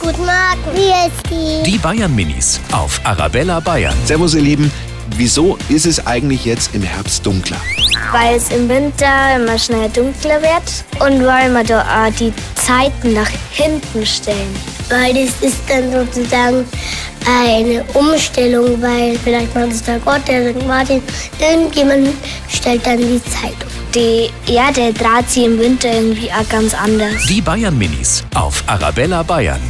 Guten Morgen. Wie ist die? Die Bayern Minis auf Arabella Bayern. Servus, ihr Lieben. Wieso ist es eigentlich jetzt im Herbst dunkler? Weil es im Winter immer schnell dunkler wird und weil wir da auch die Zeiten nach hinten stellen. Weil das ist dann sozusagen eine Umstellung, weil vielleicht mal ist der Gott, der St. Martin, irgendjemand stellt dann die Zeit um. Die, ja, der Draht sie im Winter irgendwie auch ganz anders. Die Bayern Minis auf Arabella Bayern.